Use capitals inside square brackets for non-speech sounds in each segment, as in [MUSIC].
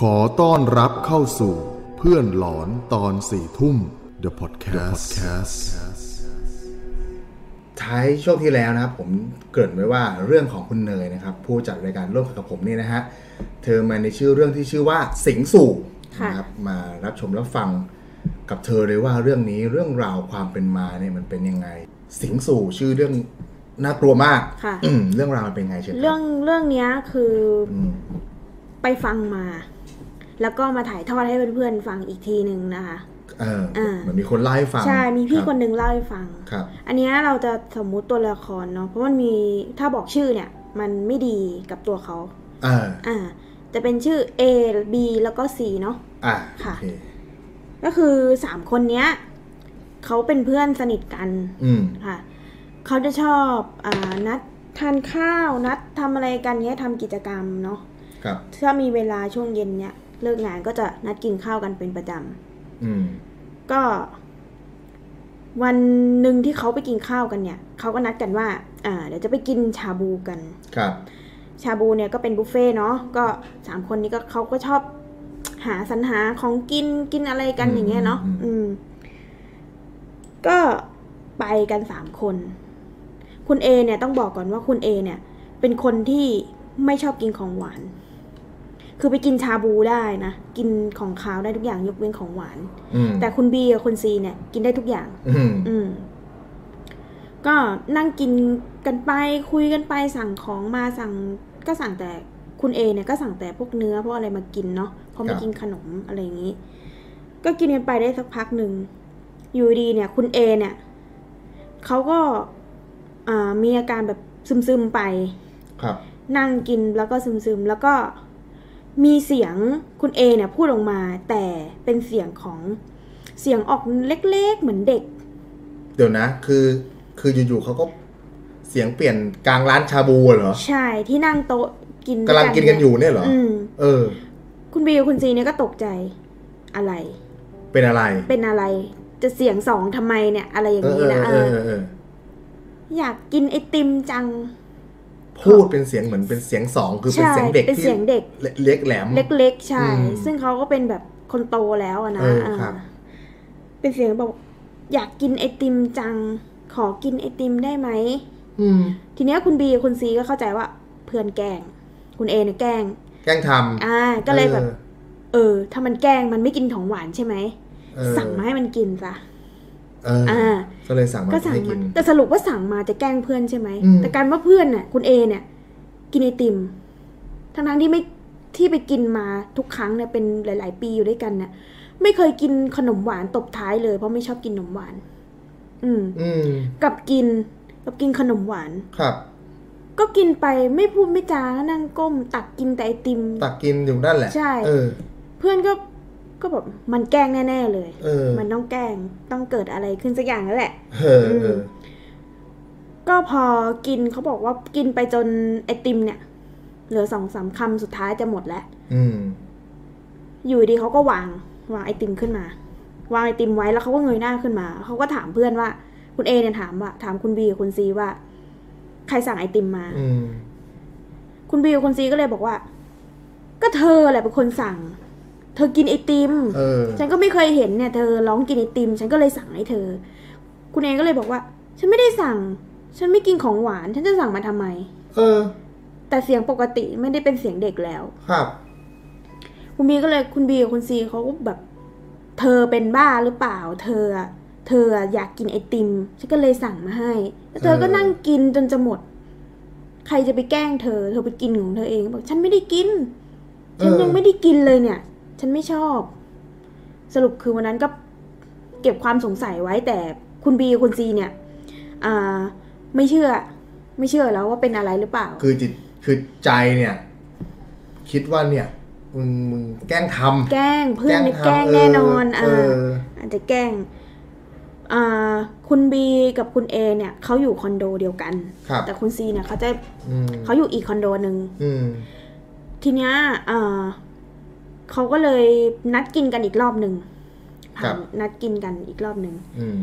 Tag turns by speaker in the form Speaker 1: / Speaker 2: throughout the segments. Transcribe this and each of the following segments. Speaker 1: ขอต้อนรับเข้าสู่เพื่อนหลอนตอนสี่ทุ่ม The Podcast
Speaker 2: ท้ายช่วงที่แล้วนะครับผมเกริ่นไว้ว่าเรื่องของคุณเนยนะครับ ผู้จัดรายการร่วมกับผมนี่นะฮะเธอมาในชื่อเรื่องที่ชื่อว่าสิงสู่
Speaker 3: ค่ะ
Speaker 2: นะครับมารับชมรับฟังกับเธอเลยว่าเรื่องนี้เรื่องราวความเป็นมาเนี่ยมันเป็นยังไง สิงสู่ชื่อเรื่องน่ากลัวมาก
Speaker 3: ค่ะ
Speaker 2: อืมเรื่องราวมันเป็นยังไงเชิญคบ
Speaker 3: เรื่องเรื่องเนี้ยคือ
Speaker 2: อืม
Speaker 3: ไปฟังมา แล้วก็มาถ่ายทอดให้เพื่อนๆฟังอีกทีหนึ่งนะคะ
Speaker 2: เออ
Speaker 3: อ่า
Speaker 2: เหมือนมีคนเล่าให้ฟัง
Speaker 3: ใช่มีพี่
Speaker 2: รับ
Speaker 3: คนหนึงเล่าให้ฟัง
Speaker 2: ครับ
Speaker 3: อันเนี้ยเราจะสมมุติตัวละครเนาะเพราะมันมีถ้าบอกชื่อเนี่ย มันไม่ดีกับตัวเขา
Speaker 2: เออ
Speaker 3: อ่าจะเป็นชื่อ A B แล้วก็ C เนาะ
Speaker 2: อ่ะ
Speaker 3: ค่ะ
Speaker 2: โอเค
Speaker 3: ก็คือสามคนเนี้ยเขาเป็นเพื่อนสนิทกัน
Speaker 2: อืม
Speaker 3: ค่ะเขาจะชอบอานัดทานข้าวนัดทำอะไรกันเนี้ยทำกิจกรรมเนาะ
Speaker 2: ครับ
Speaker 3: ถ้ามีเวลาช่วงเย็นเนี่ยเลิกงานก็จะนัดกินข้าวกันเป็นประจ
Speaker 2: อืม
Speaker 3: ำก็ วันหนึ่งที่เขาไปกินข้าวกันเนี่ยเขาก็นัดกันว่าอ่าเดี๋ยวจะไปกินชาบูกัน
Speaker 2: ครับ
Speaker 3: ชาบูเนี่ยก็เป็นบุฟเฟ่ต์เนาะก็สามคนนี้ก็เขาก็ชอบหาสรรหาของกินกินอะไรกันอย่างเงี้ยเนาะอืม ก็ไปกันสามคน คุณเอเนี่ยต้องบอกก่อนว่าคุณเอเนี่ย เป็นคนที่ไม่ชอบกินของหวาน คือไปกินชาบูได้นะกินของคาวได้ทุกอย่างยกเว้นของหวาน
Speaker 2: อืม
Speaker 3: แต่คุณบีกับคุณซีเนี่ย กินได้ทุกอย่าง
Speaker 2: อืม
Speaker 3: อืม ก็นั่งกินกันไปคุยกันไปสั่งของมาสั่งก็สั่งแต่คุณเอเนี่ยก็สั่งแต่พวกเนื้อพวกอะไรมากินเนาะเพราะไม่กินขนมอะไรอย่างนี้ ก็กินกันไปได้สักพักหนึ่งอยู่ดีเนี่ย คุณเอเนี่ยเขาก็อ่ามีอาการแบบซึมๆไป
Speaker 2: ครับ
Speaker 3: นั่งกินแล้วก็ซึมๆ แล้วก็มีเสียงคุณเอเนี่ยพูดออกมา แต่เป็นเสียงของเสียงออกเล็กๆเหมือนเด็ก
Speaker 2: เดี๋ยวนะ คือคืออยู่ๆเขาก็เสียงเปลี่ยนกลางร้านชาบูเหรอ
Speaker 3: ใช่ที่นั่งโต๊ะกิน
Speaker 2: กำลังกินกันอยู่เนี่ยเหรอ
Speaker 3: อืม
Speaker 2: เออ
Speaker 3: คุณบีกับคุณซีเนี่ยก็ตกใจอะไร
Speaker 2: เป็นอะไร
Speaker 3: เป็นอะไรจะเสียงสองทำไมเนี่ย อะไรอย่างนี้นะ
Speaker 2: เออเออเออ
Speaker 3: เออ
Speaker 2: เออ
Speaker 3: อยากกินไอติมจัง
Speaker 2: พูดเป็นเสียงเหมือนเป็นเสียงสองคือเป็น
Speaker 3: ใช่
Speaker 2: เสียงเด็ก
Speaker 3: เป็น
Speaker 2: ที่
Speaker 3: เสียงเด็ก
Speaker 2: เล็กแหลม
Speaker 3: เล็กๆใช่
Speaker 2: อืม
Speaker 3: ซึ่งเขาก็เป็นแบบคนโตแล้วอะนะ
Speaker 2: เออ
Speaker 3: อ่า
Speaker 2: ครับ
Speaker 3: เป็นเสียงบอกอยากกินไอติมจัง ขอกินไอติมได้ไหม
Speaker 2: อืม
Speaker 3: ทีเนี้ยคุณบีกับคุณซีก็เข้าใจว่าเพื่อนแกล้ง คุณเอเนี่ยแกล้ง
Speaker 2: แกล้งท
Speaker 3: อ่า
Speaker 2: ำ
Speaker 3: ก็เลยแบบ เออ ถ้ามันแกล้งมันไม่กินของหวานใช่ไหม
Speaker 2: เออ
Speaker 3: สั่งมาให้มันกินซะ
Speaker 2: เอออ
Speaker 3: อ่า
Speaker 2: ก็เลยสั่งมา
Speaker 3: ก็สั่ง
Speaker 2: ให้
Speaker 3: มา
Speaker 2: กิน
Speaker 3: แต่สรุปว่าสั่งมาจะแกล้งเพื่อนใช่ไหม
Speaker 2: อืม
Speaker 3: แต่การว่าเพื่อนน่ะ คุณเอเนี่ย กินไอติม ทั้งทั้งๆที่ไม่ที่ไปกินมาทุกครั้งเนี่ยเป็นหลาย ๆ ปีอยู่ด้วยกันเนี่ยไม่เคยกินขนมหวานตบท้ายเลย เพราะไม่ชอบกินขนมหวาน อืม
Speaker 2: อืม
Speaker 3: กลับกินกลับกินขนมหวาน
Speaker 2: ครับ
Speaker 3: ก็กินไปไม่พูดไม่จานั่งก้ม ตักกินแต่ไอติม
Speaker 2: ตักกินอยู่นั่นแหละ
Speaker 3: ใช่
Speaker 2: เออ
Speaker 3: เพื่อนก็ก็แบบมันแกล้งแน่ ๆ เลย
Speaker 2: เออ
Speaker 3: มันต้องแกล้งต้องเกิดอะไรขึ้นสักอย่างแล้วแหละ
Speaker 2: เออเออ
Speaker 3: ก็พอกินเขาบอกว่ากินไปจนไอติมเนี่ย เหลือสองสามคำสุดท้ายจะหมดแล้ว
Speaker 2: อืม
Speaker 3: อยู่ดีเขาก็วางวางไอติมขึ้นมา วางไอติมไว้แล้วเขาก็เงยหน้าขึ้นมาเขาก็ถามเพื่อนว่า คุณเอเนี่ยถามว่า ถามคุณบีกับคุณซีว่า ใครสั่งไอติมมา
Speaker 2: อืม
Speaker 3: คุณบีกับคุณซีก็เลยบอกว่า ก็เธอแหละเป็นคนสั่ง เธอกินไอติม
Speaker 2: เออ
Speaker 3: ฉันก็ไม่เคยเห็นเนี่ยเธอร้องกินไอติม ฉันก็เลยสั่งให้เธอ คุณเอก็เลยบอกว่า ฉันไม่ได้สั่ง ฉันไม่กินของหวาน ฉันจะสั่งมาทำไม
Speaker 2: เออ
Speaker 3: แต่เสียงปกติไม่ได้เป็นเสียงเด็กแล้ว
Speaker 2: ครับ
Speaker 3: คุณบีก็เลยคุณบีกับคุณซีเขาก็แบบ เธอเป็นบ้าหรือเปล่า เธออะเธออะอยากกินไอติม ฉันก็เลยสั่งมาให้แล้วเธอก็
Speaker 2: เออ
Speaker 3: นั่งกินจนจะหมด ใครจะไปแกล้งเธอ เธอไปกินของเธอเองบอกฉันไม่ได้กิน ฉันยังไม่ได้กินเลยเนี่ย ฉันไม่ชอบ สรุปคือวันนั้นก็เก็บความสงสัยไว้แต่คุณบีกับคุณซีเนี่ย อ่า ไม่เชื่อ ไม่เชื่อแล้วว่าเป็นอะไรหรือเปล่า
Speaker 2: คือจิตคือใจเนี่ย คิดว่าเนี่ย มึงมึงแกล้งทำ
Speaker 3: แกล้งเพื่อนเนี่ยแกล้ง
Speaker 2: ทำ
Speaker 3: แน่นอน
Speaker 2: เอ
Speaker 3: อ่า
Speaker 2: อ
Speaker 3: อาจจะแกล้งอ่าคุณบีกับคุณเอเนี่ยเขาอยู่คอนโดเดียวกัน
Speaker 2: ครับ
Speaker 3: แต่คุณซีเนี่ยเขาจะ
Speaker 2: อืม
Speaker 3: เขาอยู่อีกคอนโดหนึ่ง
Speaker 2: อืม
Speaker 3: ทีเนี้ยเอ่อเขาก็เลยนัดกินกันอีกรอบหนึ่งผ่านนัดกินกันอีกรอบหนึ่ง
Speaker 2: อืม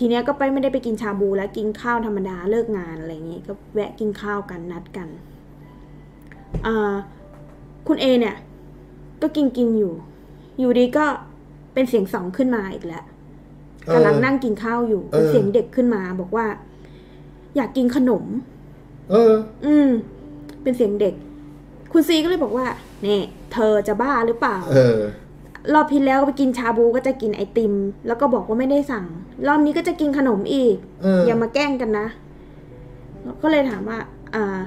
Speaker 3: ทีเนี้ยก็ไปไม่ได้ไปกินชาบูแล้วกินข้าวธรรมดาเลิกงานอะไรอย่างงี้ก็แวะกินข้าวกันนัดกันอ่าคุณเอเนี่ย ก็ ก็กินกินอยู่ อยู่ดีก็เป็นเสียงสองขึ้นมาอีกแล้ว
Speaker 2: เออ
Speaker 3: กำลังนั่งกินข้าวอยู่
Speaker 2: เออ
Speaker 3: เป็นเสียงเด็กขึ้นมา บอกว่า อยากกินขนม
Speaker 2: เออ
Speaker 3: อืม เป็นเสียงเด็ก คุณซีก็เลยบอกว่าเนี่ยเธอจะบ้าหรือเปล่า
Speaker 2: เออ
Speaker 3: รอบที่แล้วไปกินชาบูก็จะกินไอติม แล้วก็บอกว่าไม่ได้สั่ง รอบนี้ก็จะกินขนมอีก
Speaker 2: เออ
Speaker 3: อ
Speaker 2: อ
Speaker 3: ย่ามาแกล้งกันนะ ก็เลยถามว่า อ่า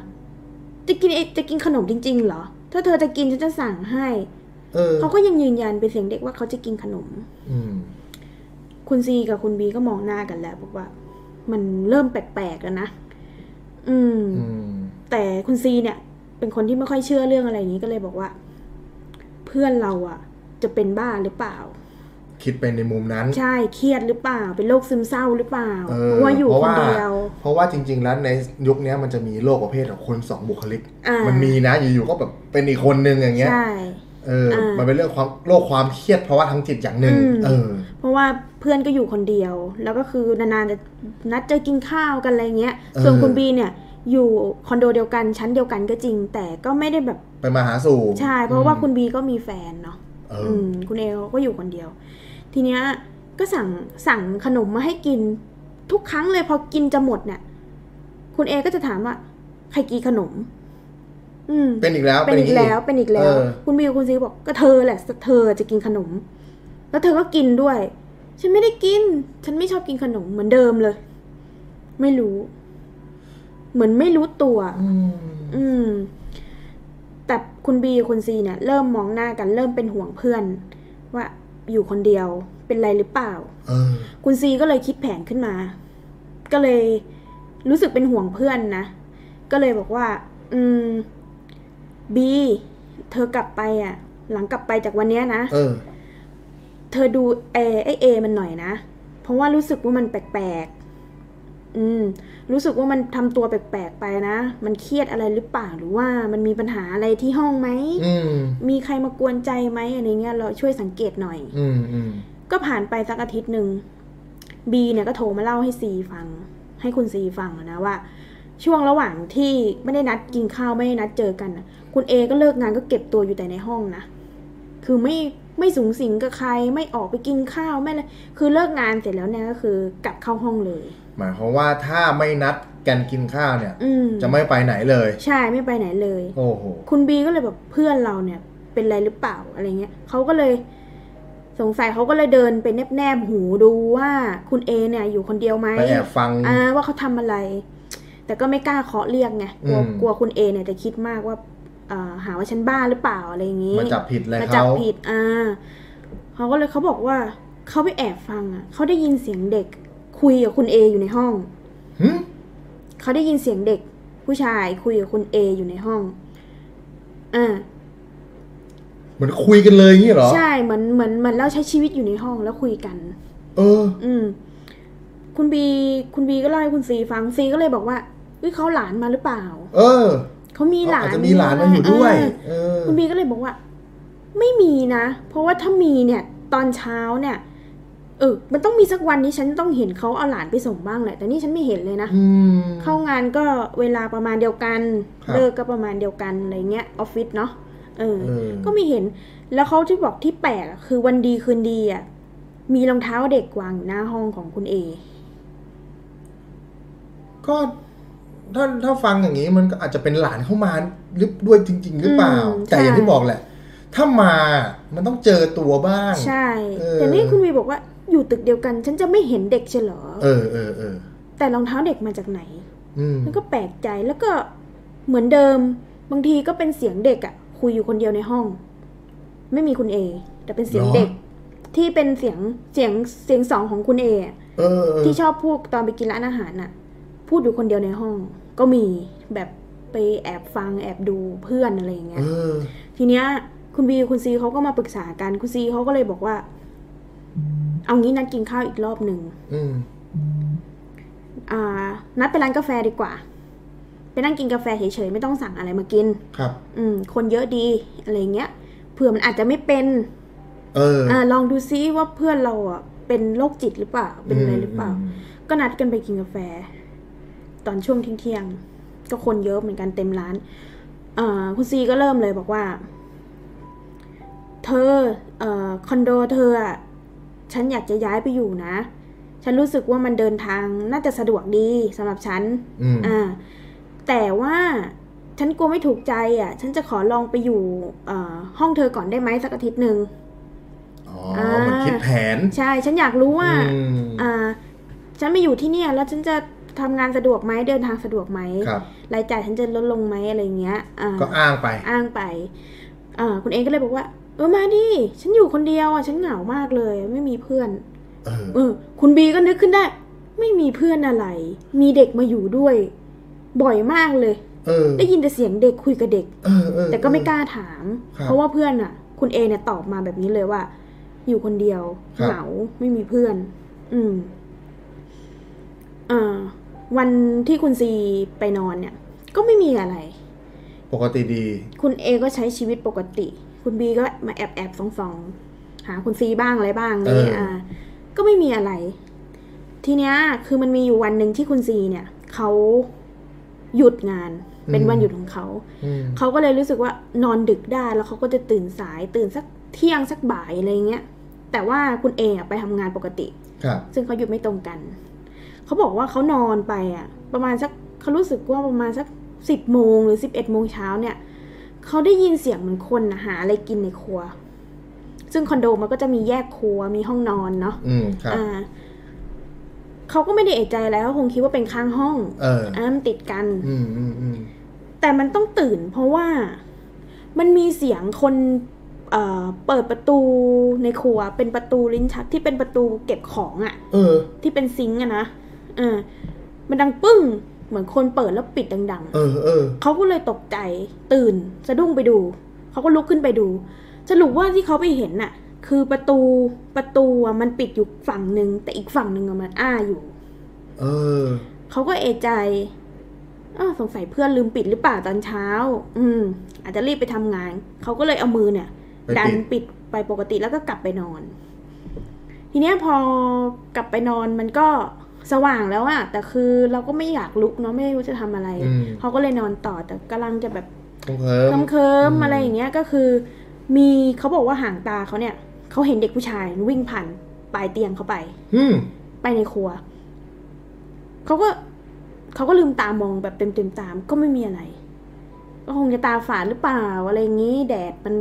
Speaker 3: จะกินไอจะกินขนมจริง ๆ เหรอ ถ้าเธอจะกินฉันจะสั่งให้
Speaker 2: เออ
Speaker 3: เขาก็ยังยืนยันเป็นเสียงเด็กว่าเขาจะกินขนม
Speaker 2: อืม
Speaker 3: คุณซีกับคุณบีก็มองหน้ากันแล้วบอกว่า มันเริ่มแปลกๆแล้วนะ อืม
Speaker 2: อืม
Speaker 3: แต่คุณซีเนี่ย เป็นคนที่ไม่ค่อยเชื่อเรื่องอะไรอย่างนี้ก็เลยบอกว่า เพื่อนเราอ่ะ จะเป็นบ้าหรือเปล่า
Speaker 2: คิดไปในมุมนั้น
Speaker 3: ใช่เครียดหรือเปล่า เป็นโรคซึมเศร้าหรือเปล่า
Speaker 2: เอ
Speaker 3: เพ
Speaker 2: อ
Speaker 3: ราะว่าอยู่
Speaker 2: เพราะ
Speaker 3: คน
Speaker 2: ว่า
Speaker 3: เดียว
Speaker 2: เพราะว่าจริง ๆ แล้วในยุคเนี้ยมันจะมีโรคประเภทของคนสองบุคลิก
Speaker 3: อ่ามั
Speaker 2: มันมีนะอยู่ๆก็แบบเป็นอีกคนนึงอย่างเงี้ย
Speaker 3: ใช่
Speaker 2: เออ
Speaker 3: อ่ามั
Speaker 2: มันเป็นเรื่องความโรคความเครียดเพราะว่าทางจิตอย่างหนึ่ง
Speaker 3: อืม
Speaker 2: เออ
Speaker 3: เพราะว่าเพื่อนก็อยู่คนเดียว แล้วก็คือนานๆจะนัดเจอกินข้าวกันอะไรเงี้ย
Speaker 2: เออ
Speaker 3: ส่วนคุณบีเนี่ย อยู่คอนโดเดียวกันชั้นเดียวกันก็จริง แต่ก็ไม่ได้แบบ
Speaker 2: ไปมาหาสู่
Speaker 3: ใช่ เพราะว่าคุณบีก็มีแฟนเนาะ
Speaker 2: เอ
Speaker 3: อื
Speaker 2: อ
Speaker 3: ม คุณเอเขาก็อยู่คนเดียว ทีเนี้ยก็สั่งสั่งขนมมาให้กินทุกครั้งเลยพอกินจะหมดเนี่ย คุณเอก็จะถามว่าใครกินขนม อืม
Speaker 2: เป็นอีกแล้ว
Speaker 3: เป็นอีกแล้ว เป็นอีกแล้ว
Speaker 2: เออ
Speaker 3: คุณบิวคุณซีบอกก็เธอแหละ เธอจะกินขนม แล้วเธอก็กินด้วย ฉันไม่ได้กิน ฉันไม่ชอบกินขนมเหมือนเดิมเลย ไม่รู้ เหมือนไม่รู้ตัว
Speaker 2: อืม
Speaker 3: อืม แต่คุณบีคุณซีเนี่ย เริ่มมองหน้ากันเริ่มเป็นห่วงเพื่อน ว่าอยู่คนเดียวเป็นไรหรือเปล่า
Speaker 2: เออ
Speaker 3: คุณซีก็เลยคิดแผนขึ้นมา ก็เลยรู้สึกเป็นห่วงเพื่อนนะ ก็เลยบอกว่า อืม บี เธอกลับไปอ่ะ หลังกลับไปจากวันเนี้ยนะ
Speaker 2: เออ
Speaker 3: เธอดูเอไอเอมันหน่อยนะ เพราะว่ารู้สึกว่ามันแปลกๆ อืม รู้สึกว่ามันทำตัวแปลกๆไปนะ มันเครียดอะไรหรือเปล่า หรือว่ามันมีปัญหาอะไรที่ห้องไหม
Speaker 2: อืม
Speaker 3: มีใครมากวนใจไหมอะไรเงี้ย เราช่วยสังเกตหน่อย
Speaker 2: อืมอืม
Speaker 3: ก็ผ่านไปสักอาทิตย์หนึ่งบีเนี่ยก็โทรมาเล่าให้ซีฟัง ให้คุณซีฟังอะนะว่า ช่วงระหว่างที่ไม่ได้นัดกินข้าวไม่ได้นัดเจอกันน่ะ คุณเอก็เลิกงานก็เก็บตัวอยู่แต่ในห้องนะคือไม่ไม่สูงสิงกับใครไม่ออกไปกินข้าวไม่เลยคือเลิกงานเสร็จแล้วเนี่ยก็คือกลับเข้าห้องเลย
Speaker 2: หมายความว่าถ้าไม่นัดกันกินข้าวเนี่ย
Speaker 3: อืม
Speaker 2: จะไม่ไปไหนเลย
Speaker 3: ใช่ไม่ไปไหนเลย
Speaker 2: โอ้โห
Speaker 3: คุณบีก็เลยแบบเพื่อนเราเนี่ย เป็นอะไรหรือเปล่าอะไรเงี้ยเขาก็เลยสงสัยเขาก็เลยเดินไปแนบแนบๆหูดูว่าคุณเอเนี่ย อยู่คนเดียวไหม
Speaker 2: ไปแอบฟัง
Speaker 3: อ่าว่าเขาทำอะไร แต่ก็ไม่กล้าเคาะเรียกไงกลัว
Speaker 2: อืม
Speaker 3: กลัวคุณเอเนี่ยจะคิดมากว่าเอ่อหาว่าฉันบ้าหรือเปล่าอะไรอย่างงี้
Speaker 2: มาจับผิดอะไร
Speaker 3: มาจับ
Speaker 2: เขา
Speaker 3: ผิดอ่าเขาก็เลยเขาบอกว่าเขาไปแอบฟังอ่ะเขาได้ยินเสียงเด็ก คุยกับคุณเออยู่ในห้อง
Speaker 2: หึ
Speaker 3: เขาได้ยินเสียงเด็ก ผู้ชายคุยกับคุณเออยู่ในห้องอ่า
Speaker 2: เหมือนคุยกันเลยอย่างงี้เหรอ
Speaker 3: ใช่เหมือนเหมือนเหมือนเราใช้ชีวิตอยู่ในห้องแล้วคุยกัน
Speaker 2: เออ
Speaker 3: อืม คุณบี คุณบีก็เล่าให้คุณซีฟังซีก็เลยบอกว่าเอ้ยเขาหลานมาหรือเปล่า
Speaker 2: เออ
Speaker 3: เขามีหลาน
Speaker 2: อาจจะมีหลานมาอยู่ด้วย
Speaker 3: เอ
Speaker 2: เออ
Speaker 3: อคุณบีก็เลยบอกว่า ไม่มีนะเพราะว่าถ้ามีเนี่ย ตอนเช้าเนี่ย เออ มันต้องมีสักวันนี้ฉันต้องเห็นเขาเอาหลานไปส่งบ้างแหละ แต่นี่ฉันไม่เห็นเลยนะ
Speaker 2: อืม
Speaker 3: เข้างานก็เวลาประมาณเดียวกัน
Speaker 2: ครับ
Speaker 3: เลิกก็ประมาณเดียวกันอะไรเงี้ยออฟฟิศเนาะเออ
Speaker 2: เออ
Speaker 3: ก็ไม่เห็น แล้วเขาที่บอกที่แปลกอะคือวันดีคืนดีอ่ะ มีรองเท้าเด็กวางอยู่หน้าห้องของคุณเอ
Speaker 2: ก็ถ้าถ้าฟังอย่างนี้มันก็อาจจะเป็นหลานเข้ามาหรือด้วยจริง ๆ หรือเปล่า
Speaker 3: อืม
Speaker 2: แต่
Speaker 3: ใช่
Speaker 2: อย่างที่บอกแหละ ถ้ามามันต้องเจอตัวบ้าง
Speaker 3: ใช่
Speaker 2: เออ
Speaker 3: แต่นี่คุณวีบอกว่าอยู่ตึกเดียวกัน ฉันจะไม่เห็นเด็กใช่เหรอ
Speaker 2: เออเออเออ
Speaker 3: แต่รองเท้าเด็กมาจากไหน
Speaker 2: อืม
Speaker 3: มันก็แปลกใจแล้วก็เหมือนเดิม บางทีก็เป็นเสียงเด็กอ่ะ คุยอยู่คนเดียวในห้อง ไม่มีคุณเอ แต่เป็นเสียงเด็ก ที่เป็นเสียงเสียงเสียงสองของคุณเออะ
Speaker 2: เออเออ
Speaker 3: ที่ชอบพูดตอนไปกินร้านอาหารน่ะ พูดอยู่คนเดียวในห้อง ก็มีแบบไปแอบฟังแอบดูเพื่อนอะไรอย่างเงี้
Speaker 2: เอย อ
Speaker 3: ทีเนี้ย คุณบีคุณซีเขาก็มาปรึกษากันคุณซีเขาก็เลยบอกว่า เอางี้นัดกินข้าวอีกรอบหนึ่ง
Speaker 2: อืม
Speaker 3: อ่า นัดไปร้านกาแฟดีกว่า ไปนั่งกินกาแฟเฉยๆไม่ต้องสั่งอะไรมากิน
Speaker 2: ครับ
Speaker 3: อืม คนเยอะดีอะไรอย่างเงี้ยเผื่อมันอาจจะไม่เป็น
Speaker 2: เออ
Speaker 3: อ่าลองดูซิว่าเพื่อนเราอ่ะเป็นโรคจิตหรือเปล่าเป็นอะไรหรือเปล่า
Speaker 2: ม
Speaker 3: ก็นัดกันไปกินกาแฟ ตอนช่วงเที่ยงๆก็คนเยอะเหมือนกันเต็มร้าน เอ่อคุณซีก็เริ่มเลยบอกว่า เธอเอ่อคอนโดเธออะฉันอยากจะย้ายไปอยู่นะ ฉันรู้สึกว่ามันเดินทางน่าจะสะดวกดีสำหรับฉัน
Speaker 2: อืม
Speaker 3: อ่าแต่ว่าฉันกลัวไม่ถูกใจอ่ะ ฉันจะขอลองไปอยู่เอ่อห้องเธอก่อนได้ไหมสักอาทิตย์หนึ่ง
Speaker 2: อ๋อ
Speaker 3: อ่า
Speaker 2: มันคิดแผน
Speaker 3: ใช่ ฉันอยากรู้ว่า
Speaker 2: อืม
Speaker 3: อ่า ฉันไม่อยู่ที่เนี่ยแล้วฉันจะทำงานสะดวกไหมเดินทางสะดวกไหม
Speaker 2: ครับ
Speaker 3: รายจ่ายฉันจะลดลงไหมอะไรอย่างเงี้ยอ่า
Speaker 2: ก็อ้างไป
Speaker 3: อ้างไปอ่าคุณเองก็เลยบอกว่า เออมาดิฉันอยู่คนเดียวอ่ะฉันเหงามากเลย ไม่มีเพื่อน
Speaker 2: เออ
Speaker 3: เออคุณบีก็นึกขึ้นได้ ไม่มีเพื่อนอะไร มีเด็กมาอยู่ด้วย บ่อยมากเลย
Speaker 2: เออ
Speaker 3: ได้ยินแต่เสียงเด็กคุยกับเด็ก
Speaker 2: เออเออ
Speaker 3: แต่ก็ไม่กล้าถาม
Speaker 2: ครับ
Speaker 3: เพราะว่าเพื่อนอ่ะ คุณเอเนี่ยตอบมาแบบนี้เลยว่า อยู่คนเดียว
Speaker 2: ครับ
Speaker 3: เหงาไม่มีเพื่อน อืมเอ่อวันที่คุณซีไปนอนเนี่ย ก็ไม่มีอะไร
Speaker 2: ปกติดี
Speaker 3: คุณเอก็ใช้ชีวิตปกติ คุณบีก็มาแอบแอบสองสองๆหาคุณซีบ้างอะไรบ้างอะไรอย่างเงี้ย
Speaker 2: เอออ่
Speaker 3: อ่าก็ไม่มีอะไร ทีเนี้ยคือมันมีอยู่วันหนึ่งที่คุณซีเนี่ยเขาหยุดงาน เป็นวันหยุดของเขา
Speaker 2: อืม
Speaker 3: เขาก็เลยรู้สึกว่านอนดึกได้แล้วเขาก็จะตื่นสายตื่นสักเที่ยงสักบ่ายอะไรเงี้ย แต่ว่าคุณเออะไปทำงานปกติ
Speaker 2: ครับ
Speaker 3: ซึ่งเขาหยุดไม่ตรงกัน เขาบอกว่าเขานอนไปอ่ะ ประมาณสักเขารู้สึกว่าประมาณสักสิบโมงหรือสิบเอ็ดโมงเช้าเนี่ยเขาได้ยินเสียงเหมือนคนนะหาอะไรกินในครัว ซึ่งคอนโดมันก็จะมีแยกครัวมีห้องนอนเนาะ
Speaker 2: อืมครับ
Speaker 3: อ่าเขาก็ไม่ได้เอะใจแล้วคงคิดว่าเป็นข้างห้อง
Speaker 2: เออ
Speaker 3: อ่ามันติดกัน
Speaker 2: อืมอืมอืม
Speaker 3: แต่มันต้องตื่นเพราะว่ามันมีเสียงคนเอ่อเปิดประตูในครัว เป็นประตูลิ้นชักที่เป็นประตูเก็บของอะ
Speaker 2: เออ
Speaker 3: ที่เป็นซิงค์อะนะเออมันดังปึ้ง เหมือนคนเปิดแล้วปิดดัง
Speaker 2: เออ เออ
Speaker 3: ๆเขาก็เลยตกใจตื่นสะดุ้งไปดู เขาก็ลุกขึ้นไปดู สรุปว่าที่เขาไปเห็นน่ะ คือประตูประตูอะมันปิดอยู่ฝั่งหนึ่งแต่อีกฝั่งหนึ่งอะมันอ้าอยู่
Speaker 2: เออ
Speaker 3: เขาก็เอะใจอ้าวสงสัยเพื่อนลืมปิดหรือเปล่าตอนเช้า อืม อาจจะรีบไปทำงาน เขาก็เลยเอามือเนี่ย
Speaker 2: ไป
Speaker 3: ดัน
Speaker 2: ปิด
Speaker 3: ปิดไปปกติแล้วก็กลับไปนอน ทีเนี้ยพอกลับไปนอนมันก็สว่างแล้วอะแต่คือเราก็ไม่อยากลุกเนาะไม่รู้จะทำอะไร
Speaker 2: อืม
Speaker 3: เขาก็เลยนอนต่อแต่กำลังจะแบบ
Speaker 2: คงเคิม
Speaker 3: เคิมเคิม
Speaker 2: อืม
Speaker 3: อะไรอย่างเงี้ยก็คือ มีเขาบอกว่าห่างตาเขาเนี่ยเขาเห็นเด็กผู้ชายวิ่งผ่านปลายเตียงเขาไป
Speaker 2: อืม
Speaker 3: ไปในครัว เขาก็เขาก็ลืมตามองแบบเต็มเต็มๆตามก็ไม่มีอะไร ก็คงจะตาฝาดหรือเปล่า อะไรอย่างนี้ แดดมัน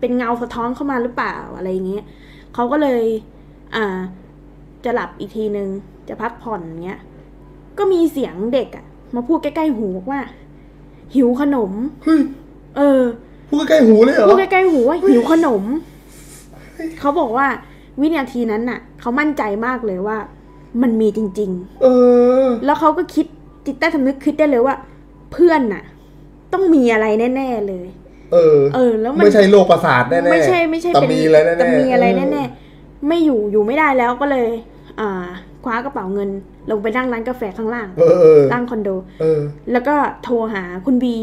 Speaker 3: เป็นเงาสะท้อนเข้ามาหรือเปล่าอะไรอย่างเงี้ยเขาก็เลย อ่า จะหลับอีกทีนึง จะพักผ่อนอย่างเงี้ย ก็มีเสียงเด็กอะมาพูดใกล้ๆหูบอกว่า หิวขนม
Speaker 2: เฮ้ย
Speaker 3: เออ
Speaker 2: พูดใกล้ๆหูเลยเหรอ
Speaker 3: พูดใกล้ๆหูว่าหิวขนม เขาบอกว่า วินาทีนั้นน่ะ เขามั่นใจมากเลยว่า มันมีจริง
Speaker 2: เออ
Speaker 3: ๆ แล้วเขาก็คิดจิตใต้สำนึกคิดได้เลยว่า เพื่อนน่ะ ต้องมีอะไรแน่ ๆเลย
Speaker 2: เออ
Speaker 3: เออ แล้วมัน
Speaker 2: ไม่ใช่โรคประสาทแน่ๆ
Speaker 3: ไม่ใช่ไม่ใช่
Speaker 2: แต่
Speaker 3: เป็น
Speaker 2: มีอะไรแน่ๆ
Speaker 3: แต่มีอะไร
Speaker 2: เ
Speaker 3: แน่ๆไม่อยู่อยู่ไม่ได้แล้วก็เลย อ่า คว้ากระเป๋าเงิน ลงไปนั่งร้านกาแฟข้างล่าง
Speaker 2: เออเออ
Speaker 3: ล่างคอนโด
Speaker 2: เออ
Speaker 3: แล้วก็โทรหาคุณบี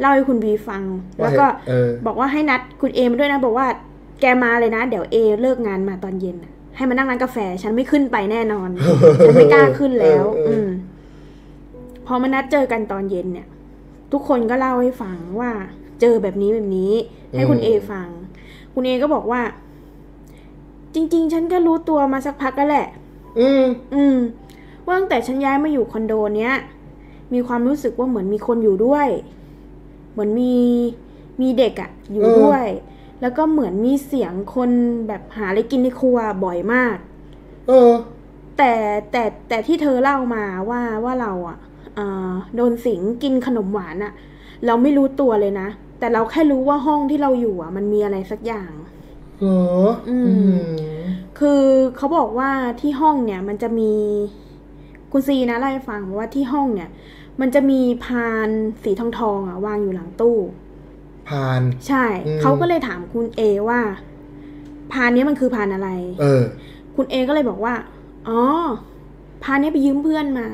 Speaker 3: เล่าให้คุณบีฟัง แล้วก็
Speaker 2: เออ
Speaker 3: บอกว่าให้นัดคุณเอมาด้วยนะ บอกว่าแกมาเลยนะ เดี๋ยวเอเลิกงานมาตอนเย็นน่ะให้มานั่งร้านกาแฟ ฉันไม่ขึ้นไปแน่นอน ฉันไม่กล้าขึ้นแล้ว
Speaker 2: เออเอออื
Speaker 3: อืมพอมานัดเจอกันตอนเย็นเนี่ย ทุกคนก็เล่าให้ฟังว่า เจอแบบนี้แบบนี้ ให้คุณเอฟัง คุณเอก็บอกว่า จริง ๆ ฉันก็รู้ตัวมาสักพักแล้วแหละ
Speaker 2: อืม
Speaker 3: อืมว่าตั้งแต่ฉันย้ายมาอยู่คอนโดเนี้ย มีความรู้สึกว่าเหมือนมีคนอยู่ด้วย เหมือนมีมีเด็กอะอยู่
Speaker 2: เออ
Speaker 3: ด้วย แล้วก็เหมือนมีเสียงคนแบบหาอะไรกินในครัวบ่อยมาก
Speaker 2: เออ
Speaker 3: แต่แต่แต่ที่เธอเล่ามาว่าว่าเราอะเอ่อโดนสิงกินขนมหวานอะเราไม่รู้ตัวเลยนะ แต่เราแค่รู้ว่าห้องที่เราอยู่อะมันมีอะไรสักอย่าง
Speaker 2: เหรอ
Speaker 3: อื
Speaker 2: อื
Speaker 3: ม คือเขาบอกว่าที่ห้องเนี่ยมันจะมีคุณซีนะเล่าให้ฟังว่าที่ห้องเนี่ย มันจะมีพานสีทองทองๆอะวางอยู่หลังตู้
Speaker 2: ผ่าน
Speaker 3: ใช่
Speaker 2: อืม
Speaker 3: เขาก็เลยถามคุณเอว่า พานเนี้ยมันคือพานอะไร
Speaker 2: เออ
Speaker 3: คุณเอก็เลยบอกว่า อ๋อ พานเนี้ยไปยืมเพื่อนมา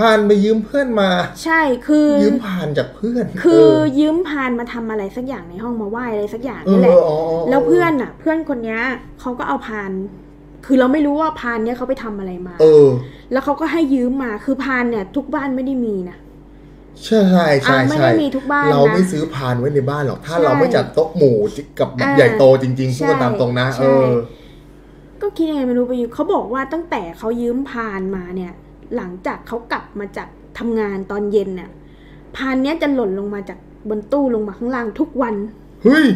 Speaker 2: ผ่านไปยืมเพื่อนมา
Speaker 3: ใช่คือ
Speaker 2: ยืมผ่านจากเพื่อน
Speaker 3: คือยืมพานมาทำอะไรสักอย่างในห้องมาไหว้อะไรสักอย่าง
Speaker 2: เออ
Speaker 3: นั่น
Speaker 2: เอ
Speaker 3: แหละ
Speaker 2: ออ๋ออ๋อ
Speaker 3: แล้วเพื่อนอ่ะ เพื่อนคนเนี้ยเขาก็เอาพาน คือเราไม่รู้ว่าพานเนี้ยเขาไปทำอะไรมา
Speaker 2: เออ
Speaker 3: แล้วเขาก็ให้ยืมมา คือพานเนี่ย ทุกบ้านไม่ได้มีนะ
Speaker 2: ใช่ใช่ใช่
Speaker 3: อ่ะไม่
Speaker 2: ใช่
Speaker 3: ได้มีทุกบ้าน
Speaker 2: เราไม่
Speaker 3: นะ
Speaker 2: ซื้อพานไว้ในบ้านหรอก ถ้า
Speaker 3: ใช่
Speaker 2: เราไม่จัดโต๊ะหมู่กับแบบ
Speaker 3: อ่า
Speaker 2: ใหญ่โตจริงๆพูดกันตามตรงนะ
Speaker 3: ใช่
Speaker 2: เออ
Speaker 3: ก็คิดยังไงไม่รู้ประยุทธ์เขาบอกว่าตั้งแต่เขายืมพานมาเนี่ย หลังจากเขากลับมาจากทำงานตอนเย็นเนี่ยพานเนี้ยจะหล่นลงมาจากบนตู้ลงมาข้างล่างทุกวัน
Speaker 2: เฮ้ย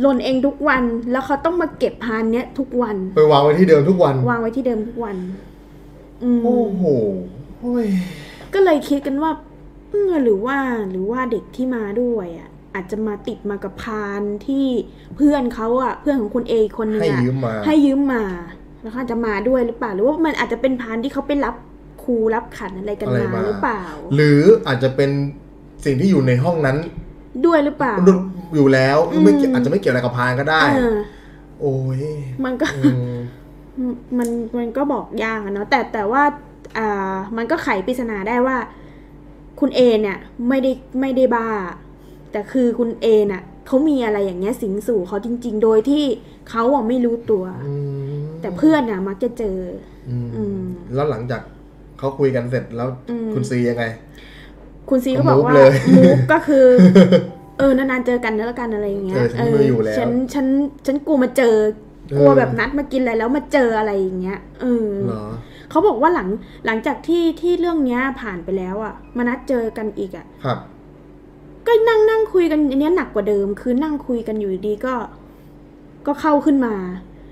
Speaker 3: หล่นเองทุกวันแล้วเขาต้องมาเก็บพานเนี้ยทุกวัน
Speaker 2: ไปวางไว้ที่เดิมทุกวัน
Speaker 3: วางไว้ที่เดิมทุกวัน อืม
Speaker 2: โอ้โหโอ้ย
Speaker 3: ก็เลยคิดกันว่าเออหรือว่าหรือว่าเด็กที่มาด้วยอ่ะ อาจจะมาติดมากับพานที่เพื่อนเขาอ่ะ เพื่อนของคุณเออีกคนนึง
Speaker 2: ให้
Speaker 3: อ่ะ
Speaker 2: ยืมมา
Speaker 3: ให้ยืมมา แล้วเขาอาจจะมาด้วยหรือเปล่า หรือว่ามันอาจจะเป็นพานที่เขาไปรับครูรับขันอะไรกันมาหรือเปล่า
Speaker 2: หรืออาจจะเป็นสิ่งที่อยู่ในห้องนั้น
Speaker 3: ด้วยหรือเปล่า
Speaker 2: อยู่แล้ว
Speaker 3: อืม
Speaker 2: ไม่เกี่ยวอาจจะไม่เกี่ยวอะไรกับพานก็ได้
Speaker 3: เออ
Speaker 2: โอ้
Speaker 3: [LAUGHS]
Speaker 2: ย
Speaker 3: มันก็
Speaker 2: อืม
Speaker 3: มันมันก็บอกยากอะเนาะแต่แต่ว่าอ่ามันก็ไขปริศนาได้ว่า คุณเอเนี่ยไม่ได้ไม่ได้บ้า แต่คือคุณเอน่ะเขามีอะไรอย่างเงี้ยสิงสู่เขาจริง ๆ โดยที่เขาอ่ะไม่รู้ตัว
Speaker 2: อืม
Speaker 3: แต่เพื่อนน่ะมักจะเจอ
Speaker 2: อืม
Speaker 3: อืม
Speaker 2: แล้วหลังจากเขาคุยกันเสร็จแล้ว
Speaker 3: อืม
Speaker 2: คุณซียังไง
Speaker 3: คุณซีก็บอกว่า
Speaker 2: ก็ move เลย
Speaker 3: มูฟก็
Speaker 2: [LAUGHS]
Speaker 3: คือ เออนานๆเจอกันนะละกันอะไรอย่างเงี้ย
Speaker 2: เออฉันไม่อยู่แล้ว
Speaker 3: ฉันฉันฉันกลัวมาเจอ
Speaker 2: เออ
Speaker 3: กลัวแบบนัดมากินอะไรแล้วมาเจออะไรอย่างเงี้ยเออ
Speaker 2: เหรอ
Speaker 3: เขาบอกว่าหลังหลังจากที่ที่เรื่องเนี้ยผ่านไปแล้วอะ่ะมานัดเจอกันอีกอะ่ะ
Speaker 2: ครับ
Speaker 3: ก็นั่งนั่งคุยกันอันเนี้ยหนักกว่าเดิม คือนั่งคุยกันอยู่ดีๆก็ ก็เข้าขึ้นมา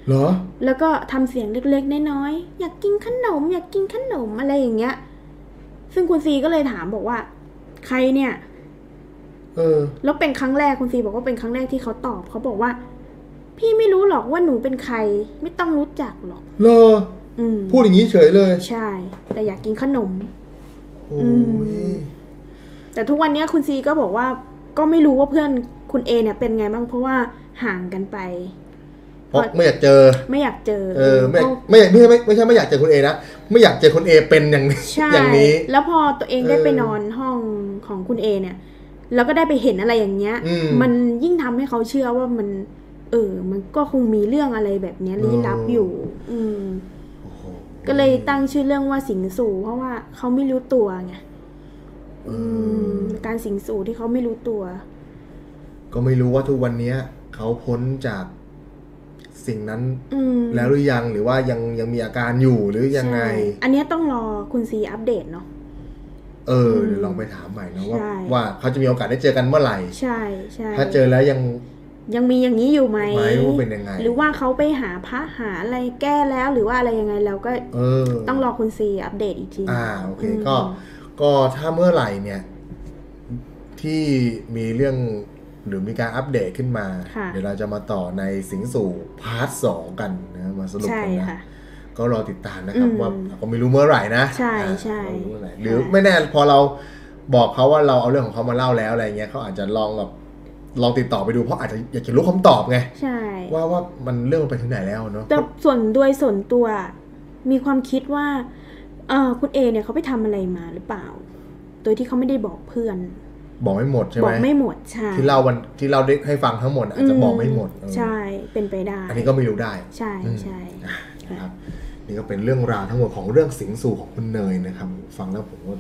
Speaker 2: เหรอ
Speaker 3: แล้วก็ทำเสียงเล็กๆน้อยๆอยากกินขนม อยากกินขนมอะไรอย่างเงี้ย ซึ่งคุณซีก็เลยถามบอกว่า ใครเนี่ย
Speaker 2: เออ
Speaker 3: แล้วเป็นครั้งแรกคุณซีบอกว่าเป็นครั้งแรกที่เขาตอบเขาบอกว่า พี่ไม่รู้หรอกว่าหนูเป็นใคร ไม่ต้องรู้จักหรอก
Speaker 2: เหรอ
Speaker 3: อืม
Speaker 2: พูดอย่างนี้เฉยเลย
Speaker 3: ใช่ แต่อยากกินขนม
Speaker 2: โอ้ย
Speaker 3: แต่ทุกวันเนี้ยคุณซีก็บอกว่าก็ไม่รู้ว่าเพื่อนคุณเอเนี่ยเป็นไงบ้างเพราะว่าห่างกันไป
Speaker 2: เพราะไม่อยากเจอ
Speaker 3: ไม่อยากเจอ
Speaker 2: เออ ไม่
Speaker 3: พราะ
Speaker 2: ไม่ไม่ใช่ไม่ไม่ใช่ไม่อยากเจอคุณเอนะ ไม่อยากเจอคุณเอเป็นอย่างนี้
Speaker 3: ใช่
Speaker 2: อย่างนี้
Speaker 3: แล้วพอตัวเองได้
Speaker 2: เออ
Speaker 3: ไปนอนห้องของคุณเอเนี่ย แล้วก็ได้ไปเห็นอะไรอย่างเงี้ย
Speaker 2: อืม
Speaker 3: มันยิ่งทำให้เขาเชื่อว่ามัน เออ มันก็คงมีเรื่องอะไรแบบเนี้ยลี้ลับ
Speaker 2: เออ
Speaker 3: อ
Speaker 2: อ
Speaker 3: ยู่ อืม ก็เลยตั้งชื่อเรื่องว่าสิงสู่เพราะว่าเขาไม่รู้ตัวไงอืม การสิงสู่ที่เขาไม่รู้ตัว
Speaker 2: ก็ไม่รู้ว่าทุกวันเนี้ยเขาพ้นจากสิ่งนั้น
Speaker 3: อืม
Speaker 2: แล้วหรือยังหรือว่ายังยังมีอาการอยู่หรือยังไง
Speaker 3: ใช่อันเนี้ยต้องรอคุณซีอัปเดตเนาะ
Speaker 2: เออเดี๋ยวลองไปถามใหม่นะว่า
Speaker 3: ใช่
Speaker 2: ว่าเขาจะมีโอกาสได้เจอกันเมื่อไหร่
Speaker 3: ใช่ใช่
Speaker 2: ถ้าเจอแล้วยัง
Speaker 3: ยังมีอย่างนี้อยู่ไหม
Speaker 2: ไม่รู้ว่าเป็นยังไง
Speaker 3: หรือว่าเขาไปหาพระหาอะไรแก้แล้วหรือว่าอะไรยังไงเราก็
Speaker 2: เออ
Speaker 3: ต้องรอคุณซีอัปเดตอีกที
Speaker 2: อ่าโอเค
Speaker 3: ม
Speaker 2: ก็ก็ถ้าเมื่อไหร่เนี่ย ที่มีเรื่องหรือมีการอัปเดตขึ้นมา
Speaker 3: ะ
Speaker 2: เดี๋ยวเราจะมาต่อในสิงสู่พาร์ทสองกันนะมาสรุป
Speaker 3: ใช่
Speaker 2: กันนะ
Speaker 3: ค่ะ
Speaker 2: ก็รอติดตามนะครับ
Speaker 3: อืม
Speaker 2: ว่าก็ไม่รู้เมื่อไหร่นะ
Speaker 3: ใช่
Speaker 2: อ่า
Speaker 3: ใช่
Speaker 2: ไม่รู้เมื่อไหร่
Speaker 3: ใช่
Speaker 2: หรือไม่แน่พอเราบอกเขาว่าเราเอาเรื่องของเขามาเล่าแล้วอะไรเงี้ยเขาอาจจะลองแบบลองติดต่อไปดูเพราะอาจจะอยากจะรู้คำตอบไง
Speaker 3: ใช่
Speaker 2: ว่าว่ามันเรื่องมันไปถึงไหนแล้วเนาะ
Speaker 3: แต่ส่วนโดยส่วนตัว มีความคิดว่าเออคุณเอเนี่ยเขาไปทำอะไรมาหรือเปล่า โดยที่เขาไม่ได้บอกเพื่อน
Speaker 2: บอกไม่หมดใช่
Speaker 3: บ
Speaker 2: ไห
Speaker 3: อ
Speaker 2: ม
Speaker 3: กไม่หมดใช่
Speaker 2: ที่เล่าวันที่เราได้ให้ฟังทั้งหมดอาจจะบอกไม่หมดเออ
Speaker 3: ใช่เป็นไปได้
Speaker 2: อันนี้ก็ไม่รู้ได้
Speaker 3: ใช่
Speaker 2: อืม
Speaker 3: ใช่
Speaker 2: นะครันี่ก็เป็นเรื่องราวทั้งหมดของเรื่องสิงสู่ของคุณเนยนะครับ ฟังแล้วผมว่า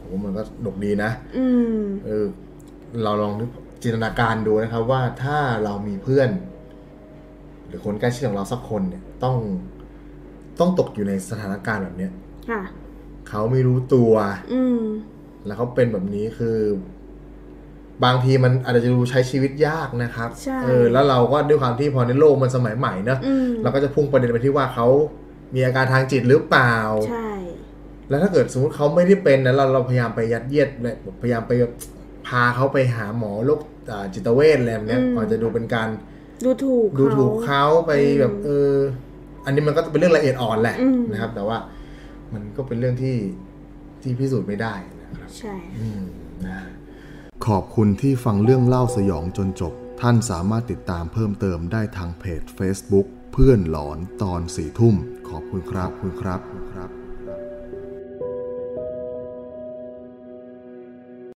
Speaker 2: ผมว่ามันก็ดกดีนะ
Speaker 3: อืม
Speaker 2: เออเราลองนึกจินตนาการดูนะครับ ว่าถ้าเรามีเพื่อน หรือคนใกล้ชิดของเราสักคนเนี่ยต้องต้องตกอยู่ในสถานการณ์แบบเนี้ย
Speaker 3: ค่ะ
Speaker 2: เขาไม่รู้ตัว
Speaker 3: อืม
Speaker 2: แล้วเขาเป็นแบบนี้คือ บางทีมันอาจจะดูใช้ชีวิตยากนะครับ
Speaker 3: ใช่
Speaker 2: เออ แล้วเราก็ด้วยความที่พอในโลกมันสมัยใหม่เนอะ
Speaker 3: อืม
Speaker 2: เราก็จะพุ่งประเด็นไปที่ว่าเขามีอาการทางจิตหรือเปล่า
Speaker 3: ใช่
Speaker 2: แล้วถ้าเกิดสมมติเขาไม่ได้เป็นนะเราเราพยายามไปยัดเยียดเลยพยายามไปพาเขาไปหาหมอโรคอ่าจิตเวชอะไรแบบเนี้ย
Speaker 3: อืม
Speaker 2: ก่อนจะดูเป็นการ
Speaker 3: ดูถูก
Speaker 2: ดูถูก
Speaker 3: เขา
Speaker 2: เขาไป
Speaker 3: อืม
Speaker 2: แบบเออ อันนี้มันก็เป็นเรื่องละเอียดอ่อนแหละ
Speaker 3: อืม
Speaker 2: นะครับ แต่ว่ามันก็เป็นเรื่องที่ที่พิสูจน์ไม่ได้นะครับ
Speaker 3: ใช่
Speaker 2: อืมนะ
Speaker 1: ขอบคุณที่ฟังเรื่องเล่าสยองจนจบ ท่านสามารถติดตามเพิ่มเติมได้ทางเพจ Facebook เพื่อนหลอนตอนสี่ทุ่ม ขอบคุณครับคุณครับคุณครับ